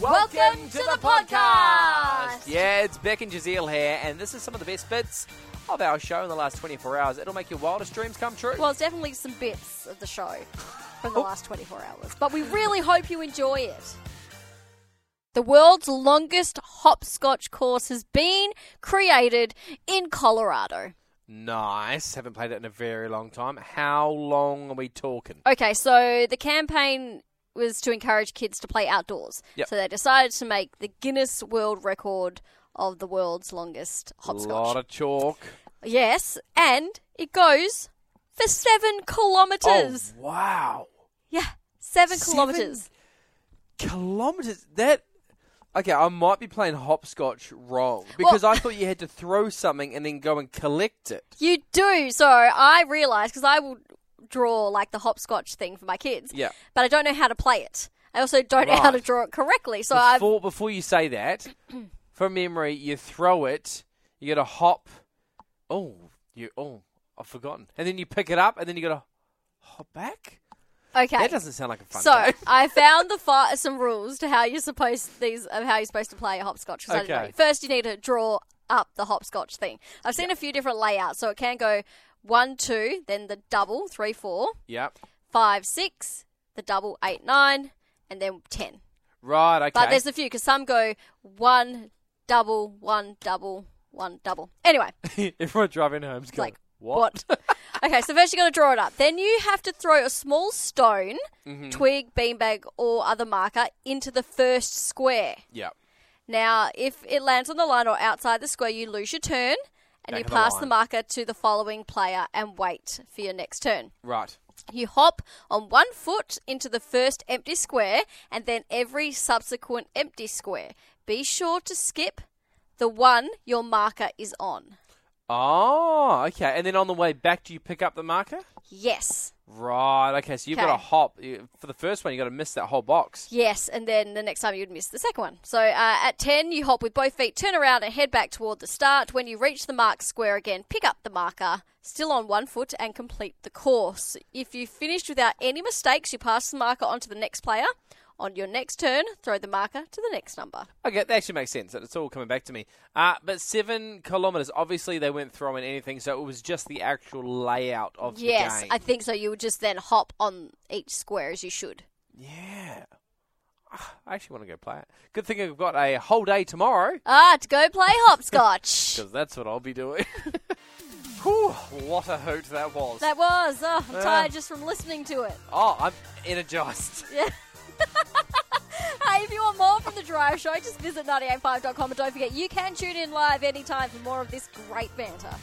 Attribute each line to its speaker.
Speaker 1: Welcome to the podcast.
Speaker 2: Yeah, it's Beck and Jazeel here, and this is some of the best bits of our show in the last 24 hours. It'll make your wildest dreams come true.
Speaker 1: Well, it's definitely some bits of the show from the
Speaker 2: Oh.
Speaker 1: last 24 hours, but we really hope you enjoy it. The world's longest hopscotch course has been created in Colorado.
Speaker 2: nice. Haven't played it in a very long time. How long are we talking?
Speaker 1: Okay, so the campaign was to encourage kids to play outdoors.
Speaker 2: Yep.
Speaker 1: So they decided to make the Guinness World Record of the world's longest
Speaker 2: A
Speaker 1: hopscotch.
Speaker 2: lot of chalk.
Speaker 1: Yes, and it goes for seven
Speaker 2: Oh,
Speaker 1: kilometers.
Speaker 2: wow.
Speaker 1: Yeah, seven,
Speaker 2: Seven?
Speaker 1: kilometers.
Speaker 2: Kilometers. That. Okay, I might be playing hopscotch wrong because
Speaker 1: Well-
Speaker 2: I thought you had to throw something and then go and collect it.
Speaker 1: You do. So I realized because I will draw like the hopscotch thing for my kids.
Speaker 2: Yeah.
Speaker 1: But I don't know how to play it. I also don't know how
Speaker 2: Right.
Speaker 1: to draw it correctly. So I've
Speaker 2: Before, before you say that, from memory, you throw it, you got to hop. Oh, you oh, I've forgotten. And then you pick it up, and then you got to hop back.
Speaker 1: okay.
Speaker 2: That doesn't sound like a fun
Speaker 1: so
Speaker 2: game.
Speaker 1: I found the fi- some rules to how you're supposed these of how you're supposed to play a hopscotch. 'cause I didn't know.
Speaker 2: Okay.
Speaker 1: First, you need to draw up the hopscotch thing. I've seen a few different layouts, so it can go one, two, then the double, three, four,
Speaker 2: Yep.
Speaker 1: five, six, the double, eight, nine, and then ten.
Speaker 2: Right. Okay.
Speaker 1: But there's a few because some go one double, one double, one double. Anyway,
Speaker 2: Everyone driving home's going.
Speaker 1: like what? okay, so first you got to draw it up. Then you have to throw a small stone,
Speaker 2: Mm-hmm.
Speaker 1: twig, beanbag, or other marker into the first square.
Speaker 2: Yep.
Speaker 1: Now, if it lands on the line or outside the square, you lose your turn. And
Speaker 2: Back
Speaker 1: you
Speaker 2: of the
Speaker 1: pass the
Speaker 2: line.
Speaker 1: marker to the following player and wait for your next turn.
Speaker 2: Right.
Speaker 1: You hop on one foot into the first empty square and then every subsequent empty square. Be sure to skip the one your marker is on.
Speaker 2: Oh, okay. And then on the way back, do you pick up the marker?
Speaker 1: Yes.
Speaker 2: Right. Okay. So you've got
Speaker 1: Okay.
Speaker 2: to hop You- for the first one. You got to miss that whole box.
Speaker 1: Yes, and then the next time you'd miss the second one. So uh, at 10, you hop with both feet, turn around, and head back toward the start. When you reach the mark square again, pick up the marker, still on one foot, and complete the course. If you finished without any mistakes, you pass the marker on to the next player. On your next turn, throw the marker to the next number.
Speaker 2: Okay, that actually makes sense. It's all coming back to me. Uh, but seven kilometres, obviously they weren't throwing anything, so it was just the actual layout of
Speaker 1: Yes,
Speaker 2: the game.
Speaker 1: I think so. You would just then hop on each square as you should.
Speaker 2: yeah. Ah, I actually want to go play it. Good thing I've got a whole day tomorrow,
Speaker 1: Ah, to go play hopscotch.
Speaker 2: because that's what I'll be doing. Whew, what a hoot that was.
Speaker 1: that was. Oh,
Speaker 2: Ah.
Speaker 1: I'm tired just from listening to it.
Speaker 2: oh, I'm energized.
Speaker 1: Hey, if you want more from The Drive Show, just visit 985.com and don't forget you can tune in live anytime for more of this great banter.